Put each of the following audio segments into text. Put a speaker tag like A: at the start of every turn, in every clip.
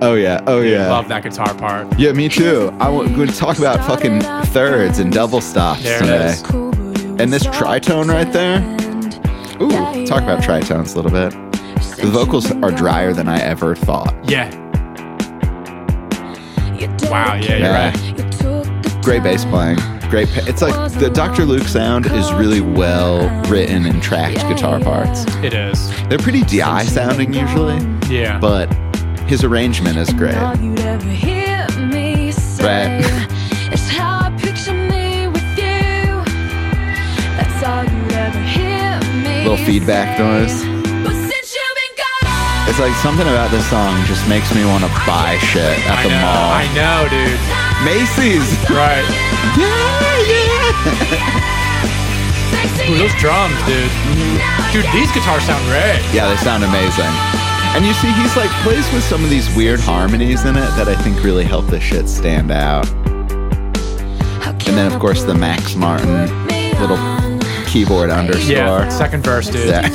A: Oh yeah. Oh
B: Dude,
A: yeah.
B: Love that guitar part.
A: Yeah, me too. I want to talk about fucking thirds and double stops
B: There it
A: today.
B: is.
A: And this tritone right there. Ooh, talk about tritones a little bit. The vocals are drier than I ever thought.
B: Yeah.
C: Wow, yeah, you're
A: Yeah.
C: right.
A: Great bass playing. Great. Pa- it's like the Dr. Luke sound is really well written and tracked guitar parts.
B: It is.
A: They're pretty DI sounding usually,
B: Yeah.
A: but his arrangement is great.
C: All you'd ever hear me say
A: Right.
C: is how I picture me with you. That's all you'd ever hear me
A: Little feedback
C: say.
A: noise.
C: But since you've been gone,
A: It's like something about this song just makes me want to buy shit at
B: I
A: the
B: know. I
A: mall.
B: know, dude.
A: Macy's.
B: Right.
A: Yeah, yeah.
B: Ooh, those drums, dude. Dude, these guitars sound great.
A: Yeah, they sound amazing. And you see, he's like plays with some of these weird harmonies in it that I think really help this shit stand out. And then, of course, the Max Martin little keyboard underscore.
B: Yeah. Second verse, dude.
A: Yeah.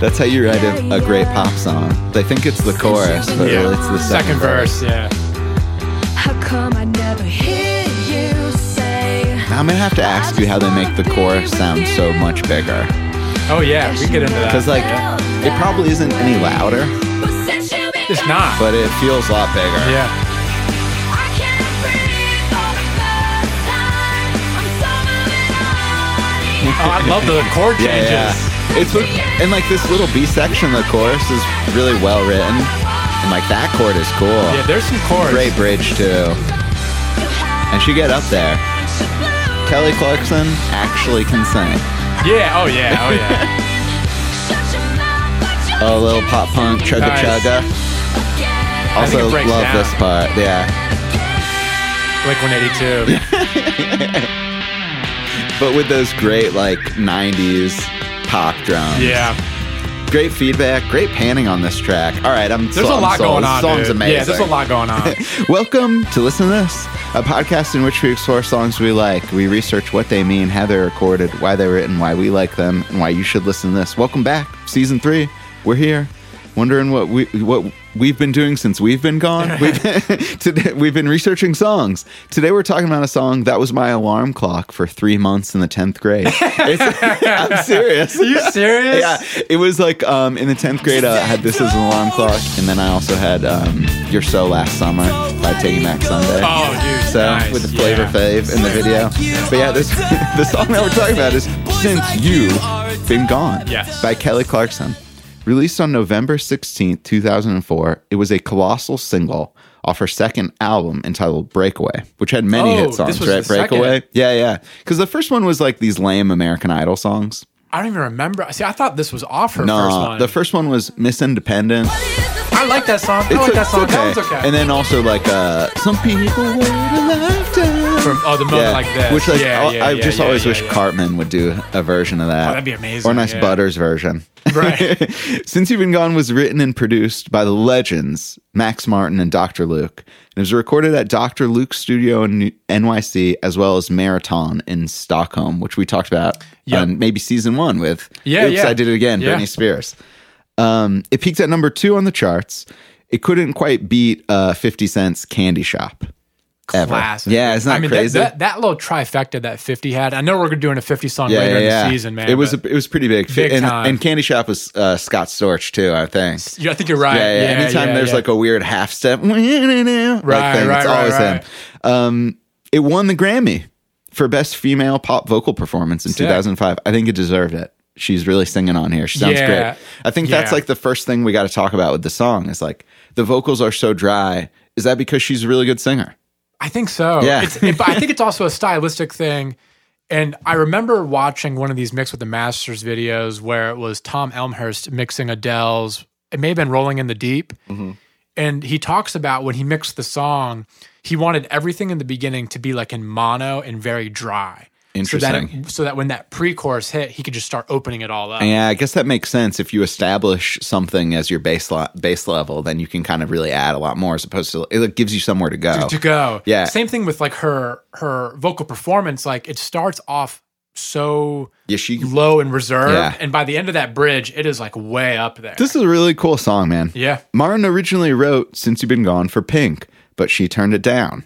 A: That's how you write a, a great pop song. They think it's the chorus, but
B: Yeah.
A: really it's the second,
B: verse. Yeah.
C: How come I never hear you say?
A: Now, I'm gonna have to ask you how they make the chorus sound so much bigger.
B: Oh yeah, we can get into that.
A: Because, like, it probably isn't any louder,
C: But since you've been
B: it's
C: gone,
B: not.
A: but it feels a lot bigger.
B: yeah.
C: I can't breathe for the first time. I'm so moving on.
B: Oh, I love the chord
A: Yeah,
B: changes.
A: yeah. It's what, and like this little B section, the chorus is really well written, and like that chord is cool.
B: Yeah, there's some chords.
A: Great bridge too. And she get up there. Kelly Clarkson actually can sing.
B: Yeah. Oh yeah. Oh yeah.
A: Oh, little pop punk chugga
B: Nice.
A: chugga.
B: think it
A: Also love
B: breaks down.
A: this part. Yeah,
B: Blink 182.
A: but with those great like '90s pop drums.
B: yeah.
A: Great feedback. Great panning on this track. All right, I'm.
B: There's
A: so-
B: a
A: I'm
B: lot
A: sold.
B: going
A: This
B: on.
A: Song's
B: dude.
A: amazing.
B: Yeah. There's a lot going on.
A: Welcome to Listen to This, a podcast in which we explore songs we like. We research what they mean, how they're recorded, why they're written, why we like them, and why you should listen to this. Welcome back, season three. We're here, wondering what we what we've been doing since we've been gone. We've been, today, we've been researching songs. Today we're talking about a song that was my alarm clock for three months in the tenth grade. It's- I'm serious.
B: Are you serious?
A: Yeah, it was like um, in the tenth grade. uh, I had this as an alarm clock, and then I also had um, "You're So Last Summer" by Taking Back Sunday.
B: Oh, dude.
A: so
B: nice.
A: with the flavor
B: yeah.
A: fave in the video. But yeah, this the song that we're talking about is "Since You've Been Gone"
B: Yes.
A: by Kelly Clarkson. Released on November 16th, 2004, it was a colossal single off her second album entitled Breakaway, which had many
B: Oh,
A: hit
B: this
A: songs,
B: was
A: right?
B: the second.
A: Breakaway? Yeah, yeah. Because the first one was like these lame American Idol songs.
B: I don't even remember. See, I thought this was off her
A: No,
B: first one.
A: the first one was Miss Independent.
B: I like that song. I like that song. That one's okay.
A: And then also like uh, some people wait a lifetime.
B: From- oh, the moment like this.
A: Which like
B: Yeah,
A: I'll-
B: yeah,
A: I
B: yeah,
A: just
B: yeah,
A: always
B: yeah,
A: wish
B: yeah.
A: Cartman would do a version of that.
B: Oh, that'd be amazing,
A: Or nice
B: yeah.
A: Butters version.
B: Right.
A: Since You've Been Gone was written and produced by the legends Max Martin and Dr. Luke. And it was recorded at Dr. Luke's studio in NYC as well as Marathon in Stockholm, which we talked about
B: Yep.
A: on maybe season one with
B: Yeah,
A: Oops,
B: yeah.
A: I Did It Again,
B: Yeah.
A: Britney Spears. Um, it peaked at number two on the charts. It couldn't quite beat uh, 50 Cent's Candy Shop. ever.
B: Classic.
A: Yeah, isn't that
B: I mean,
A: crazy?
B: That, that, that little trifecta that 50 had. I know we're doing a 50 song later in the season, man.
A: It was
B: but-
A: it was pretty big,
B: Big
A: and,
B: time.
A: and Candy Shop was uh, Scott Storch too, I think.
B: Yeah, I think you're right.
A: Yeah, yeah. Anytime
B: yeah,
A: there's
B: yeah.
A: like a weird half step, like thing,
B: Right, right,
A: it's
B: right,
A: always
B: right.
A: him. Um, it won the Grammy for best female pop vocal performance in
B: Sick.
A: 2005. I think it deserved it. She's really singing on here. She sounds
B: Yeah.
A: great. I think that's
B: Yeah.
A: like the first thing we got to talk about with the song is like the vocals are so dry. Is that because she's a really good singer?
B: I think so.
A: Yeah.
B: It's, it, but I think it's also a stylistic thing. And I remember watching one of these Mix with the Masters videos where it was Tom Elmhurst mixing Adele's, it may have been Rolling in the Deep.
A: Mm-hmm.
B: And he talks about when he mixed the song, he wanted everything in the beginning to be like in mono and very dry. So that,
A: Interesting.
B: it- so that when that pre chorus hit, he could just start opening it all up.
A: Yeah, I guess that makes sense. If you establish something as your base lo- base level, then you can kind of really add a lot more, as opposed to it gives you somewhere to go.
B: to go.
A: Yeah.
B: Same thing with like her her vocal performance. Like it starts off so
A: Yeah, she.
B: low and reserved.
A: Yeah.
B: And by the end of that bridge, it is like way up there.
A: This is a really cool song, man.
B: yeah.
A: Marin originally wrote Since You've Been Gone for Pink, but she turned it down.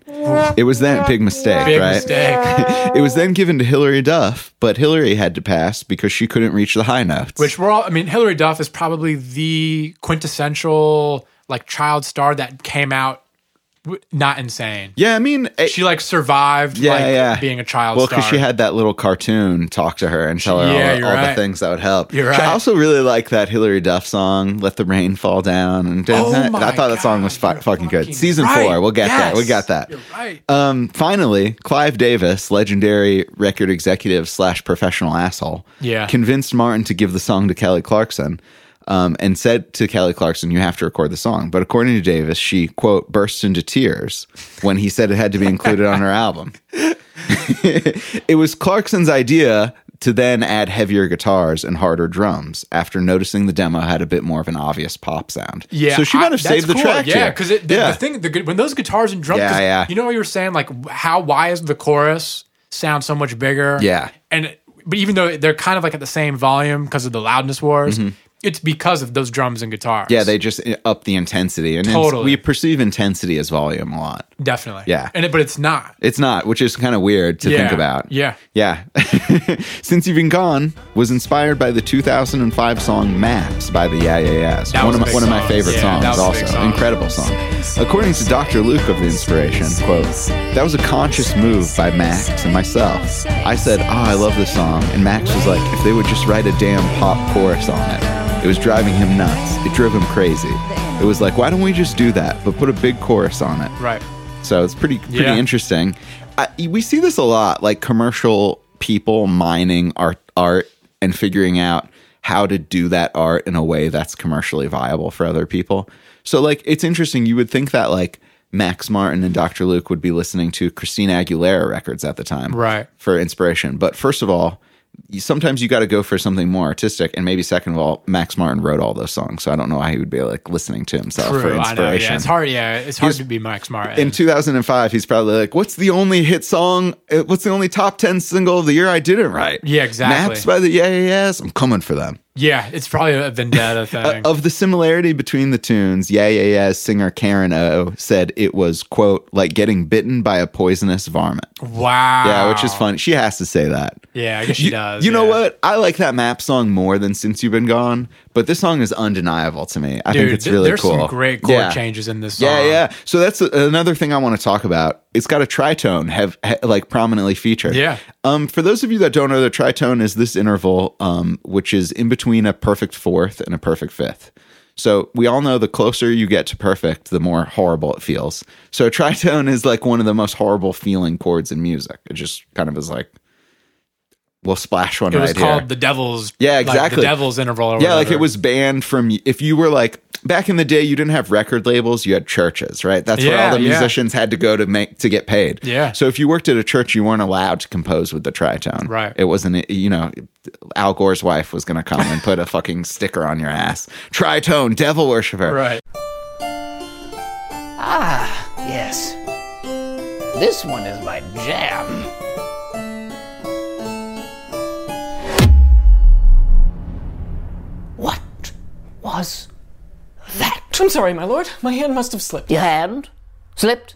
A: It was then big mistake,
B: Big
A: right?
B: mistake.
A: it was then given to Hilary Duff, but Hilary had to pass because she couldn't reach the high notes.
B: Which we're all, I mean, Hilary Duff is probably the quintessential like child star that came out w- not insane.
A: yeah, I mean, it-
B: She like survived
A: yeah,
B: like
A: yeah.
B: being a child
A: Well,
B: star.
A: because she had that little cartoon talk to her and tell her
B: Yeah,
A: all, the,
B: you're
A: all the
B: right.
A: things that would help.
B: You're
A: I
B: right.
A: also really like that Hilary Duff song, "Let the Rain Fall Down," and
B: Oh
A: I
B: my
A: thought that song was fu-
B: God,
A: fucking,
B: you're
A: good.
B: fucking
A: Season
B: right.
A: four, we'll get that. We
B: Yes.
A: got that.
B: You're right.
A: Um, finally, Clive Davis, legendary record executive slash professional asshole,
B: Yeah.
A: convinced Martin to give the song to Kelly Clarkson, um, and said to Kelly Clarkson, "You have to record the song." But according to Davis, she quote burst into tears when he said it had to be included on her album. it was Clarkson's idea to then add heavier guitars and harder drums after noticing the demo had a bit more of an obvious pop sound.
B: Yeah,
A: so she
B: I-
A: might have
B: that's
A: saved the
B: cool.
A: track.
B: Yeah,
A: here.
B: because the, the thing, the good, when those guitars and drums,
A: Yeah,
B: 'cause
A: yeah.
B: you know what you were saying, like how why is the chorus sound so much bigger?
A: Yeah.
B: and but even though they're kind of like at the same volume because of the loudness wars, it's because of those drums and guitars.
A: Mm-hmm. Yeah, they just up the intensity, and ins-
B: Totally.
A: we perceive intensity as volume a lot.
B: definitely.
A: Yeah.
B: and it, but it's not.
A: It's not, which is kind of weird to
B: yeah.
A: think about.
B: Yeah,
A: Yeah. Since You've Been Gone was inspired by the 2005 song Maps by the Yeah Yeah Yeahs.
B: That
A: one of
B: was a
A: my,
B: big
A: one of my
B: song.
A: favorite
B: Yeah, that
A: songs,
B: was a
A: also.
B: big song.
A: Incredible song. According to Dr. Luke of The Inspiration, quote, that was a conscious move by Max and myself. I said, oh, I love this song. And Max was like, if they would just write a damn pop chorus on it. It was driving him nuts. It drove him crazy. It was like, why don't we just do that, but put a big chorus on it?
B: right.
A: So it's pretty pretty
B: Yeah.
A: interesting. I, we see this a lot, like commercial people mining art art and figuring out how to do that art in a way that's commercially viable for other people. So like it's interesting. You would think that like Max Martin and Dr. Luke would be listening to Christina Aguilera records at the time,
B: Right.
A: for inspiration. But first of all. You, sometimes you got to go for something more artistic, and maybe second of all, Max Martin wrote all those songs, so I don't know why he would be like listening to himself Uh, for
B: True. I know.
A: inspiration.
B: Yeah, it's hard. Yeah, it's hard to be Mike Smart.
A: In 2005, he's probably like, "What's the only hit song? uh, What's the only top 10 single of the year I didn't write?"
B: Yeah, exactly.
A: Maps by the Yeah Yeah Yeahs. I'm coming for them.
B: yeah, it's probably a
A: Uh,
B: vendetta thing.
A: Of the similarity between the tunes, Yeah Yeah Yeahs singer Karen O said it was quote like getting bitten by a poisonous varmint.
B: wow.
A: Yeah, which is funny. She has to say that.
B: Yeah, I guess she
A: you,
B: does.
A: You know
B: yeah.
A: what? I like that map song more than Since You've Been Gone, but this song is undeniable to me. I
B: Dude,
A: think it's
B: th-
A: really
B: there's
A: cool.
B: some great chord
A: Yeah.
B: changes in this song.
A: Yeah, yeah. So that's a, another thing I want to talk about. It's got a tritone have ha, like prominently featured.
B: Yeah.
A: Um, for those of you that don't know, the tritone is this interval, um, which is in between a perfect fourth and a perfect fifth. So we all know the closer you get to perfect, the more horrible it feels. So a tritone is like one of the most horrible feeling chords in music. It just kind of is like, we'll splash one
B: It
A: right
B: was called
A: here.
B: the Devil's.
A: Yeah,
B: Like
A: exactly.
B: the Devil's interval. Or
A: Yeah, like
B: whatever.
A: it was banned from. If you were like back in the day, you didn't have record labels; you had churches, right? That's where all
B: Yeah,
A: the
B: yeah.
A: musicians had to go to make to get paid.
B: Yeah.
A: So if you worked at a church, you weren't allowed to compose with the tritone.
B: Right.
A: It wasn't. You know, Al Gore's wife was going to come and put a fucking sticker on your ass: tritone, devil worshiper.
B: Right.
D: Ah, Yes. This one is my jam. What was that?
E: I'm sorry, my lord. My hand must have slipped.
D: Your hand slipped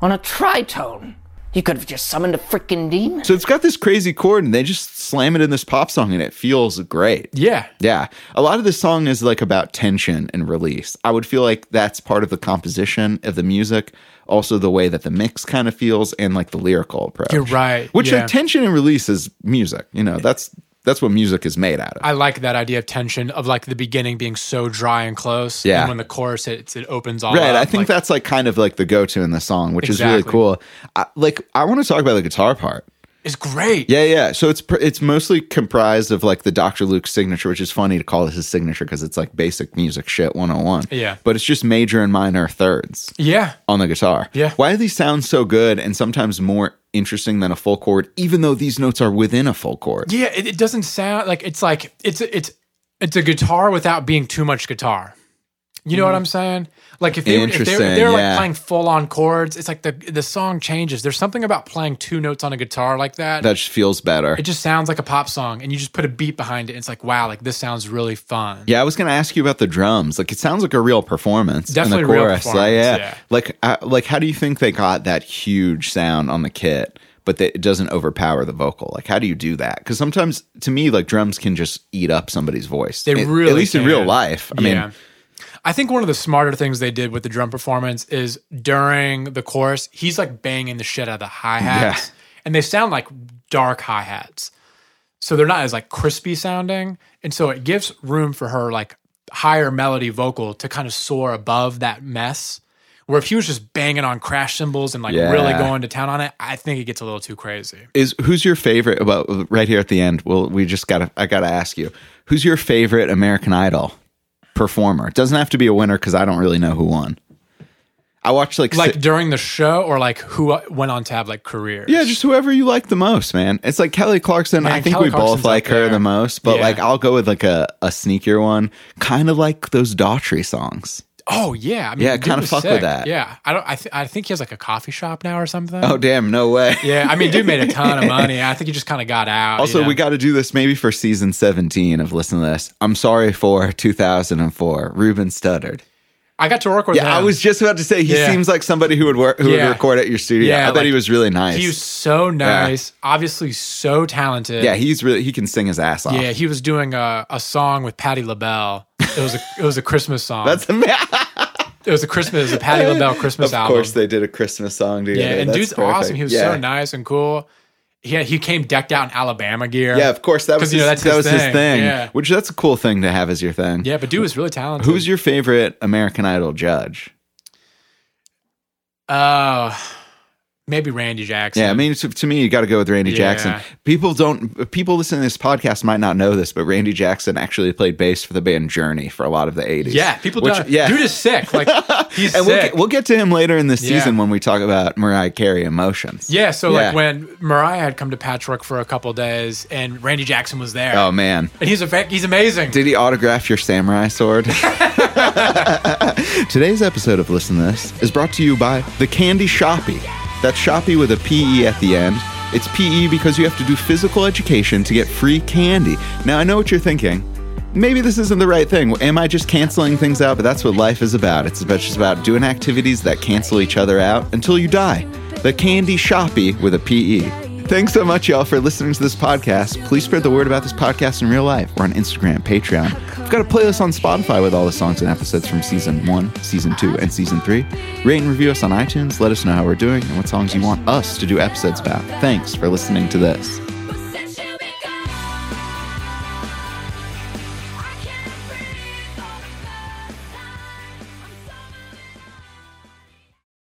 D: on a tritone. You could have just summoned a freaking demon.
A: So it's got this crazy chord, and they just slam it in this pop song, and it feels great.
B: Yeah.
A: Yeah. A lot of this song is like about tension and release. I would feel like that's part of the composition of the music, also the way that the mix kind of feels and like the lyrical approach.
B: You're right,
A: Which
B: yeah.
A: like tension and release is music, you know. That's that's what music is made out of.
B: I like that idea of tension of like the beginning being so dry and close.
A: Yeah.
B: And when the chorus hits, it opens all
A: Right,
B: up,
A: I think
B: like-
A: that's like kind of like the go-to in the song, which is really
B: Exactly.
A: cool. I, like, I want to talk about the guitar part.
B: it's great.
A: Yeah, yeah. So it's pr- it's mostly comprised of like the Dr. Luke signature, which is funny to call this his signature because it's like basic music shit 101.
B: Yeah.
A: but it's just major and minor thirds.
B: Yeah.
A: on the guitar.
B: Yeah.
A: Why do these sound so good and sometimes more interesting than a full chord, even though these notes are within a full chord?
B: Yeah. It, it doesn't sound like it's like it's it's it's a guitar without being too much guitar. You know what I'm saying? Like if they if they're,
A: Mm-hmm. Interesting,
B: they're
A: yeah.
B: like playing full on chords, it's like the the song changes. There's something about playing two notes on a guitar like that.
A: That just feels better.
B: it just sounds like a pop song, and you just put a beat behind it. And it's like wow, like this sounds really fun.
A: Yeah, I was going to ask you about the drums. Like, it sounds like a real performance. in
B: Definitely
A: the
B: a real
A: chorus.
B: performance,
A: yeah.
B: yeah.
A: Like, I, like, how do you think they got that huge sound on the kit, but that it doesn't overpower the vocal? Like, how do you do that? Because sometimes, to me, like drums can just eat up somebody's voice.
B: They
A: At-
B: really
A: at least in
B: can.
A: real life. I mean,
B: I think one of the smarter things they did with the drum performance is during the chorus, he's like banging the shit out of the hi hats, and they sound like dark hi hats, so they're not as like crispy sounding, and so it gives room for her like higher melody vocal to kind of soar above that mess. Where if he was just banging on crash cymbals and like really
A: Yeah.
B: going to town on it, I think it gets a little too crazy.
A: is who's your favorite? Well, right here at the end, well, we just got to, I got to ask you, who's your favorite American Idol performer? It doesn't have to be a winner because I don't really know who won. I watched like,
B: Like
A: si-
B: during the show, or like who uh, went on tab like careers.
A: Yeah, just whoever you like the most, man. It's like Kelly Clarkson. I
B: Man,
A: think
B: Kelly
A: we
B: Clarkson's
A: both like
B: up
A: her
B: there.
A: the most, but
B: Yeah.
A: like I'll go with like a, a sneakier one, kind of like those Daughtry songs.
B: Oh yeah, I mean,
A: Yeah,
B: the dude
A: kinda
B: was
A: fuck with
B: sick.
A: that.
B: Yeah, I don't. I, th- I think he has like a coffee shop now or something.
A: Oh damn, no way.
B: yeah. I mean, dude made a ton of money. I think he just kind of got out. you
A: Also,
B: know?
A: we got to do this maybe for season 17 of Listen to This. I'm sorry for 2004. Ruben Studdard.
B: I got to work with.
A: Yeah, I
B: him.
A: was just about to say he
B: Yeah.
A: seems like somebody who would work who
B: Yeah.
A: would record at your studio. I
B: Yeah,
A: thought
B: like,
A: he was really nice.
B: He was so nice. Obviously, so talented.
A: yeah, he's really he can sing his ass off.
B: Yeah, he was doing a, a song with Patti LaBelle. It was a it was a Christmas song.
A: That's amazing.
B: it was a Christmas, it was a Patti LaBelle Christmas
A: Of
B: album.
A: course they did a Christmas song together.
B: yeah, and
A: That's
B: dude's
A: perfect.
B: awesome. He was
A: Yeah.
B: so nice and cool. Yeah, he came decked out in Alabama gear.
A: Yeah, of course. That was
B: 'Cause, you know,
A: his,
B: that's
A: that was
B: his
A: his
B: thing.
A: thing.
B: Yeah.
A: Which that's a cool thing to have as your thing.
B: Yeah, but dude was really talented.
A: Who's your favorite American Idol judge?
B: Oh, maybe Randy Jackson.
A: Yeah, I mean, to, to me, you got to go with Randy Jackson.
B: Yeah.
A: People don't. People listening to this podcast might not know this, but Randy Jackson actually played bass for the band Journey for a lot of the '80s.
B: yeah, people.
A: Which-
B: don't,
A: yeah.
B: dude is sick. Like he's
A: and we'll
B: sick.
A: get, we'll get to him later in the
B: Yeah.
A: season when we talk about Mariah Carey emotions.
B: yeah, so
A: Yeah.
B: like when Mariah had come to Patchwork for a couple days, and Randy Jackson was there.
A: Oh man,
B: and he's a fa- he's amazing.
A: Did he autograph your samurai sword? Today's episode of Listen to This is brought to you by The Candy Shoppy. That's Shoppy with a PE at the end. It's PE because you have to do physical education to get free candy. Now, I know what you're thinking. Maybe this isn't the right thing. Am I just canceling things out? But that's what life is about. It's about just about doing activities that cancel each other out until you die. The Candy Shoppy with a E. PE. Thanks so much, y'all, for listening to this podcast. Please spread the word about this podcast in real life. We're on Instagram, Patreon. We've got a playlist on Spotify with all the songs and episodes from season one, season two, and season three. Rate and review us on iTunes. Let us know how we're doing and what songs you want us to do episodes about. Thanks for listening to this.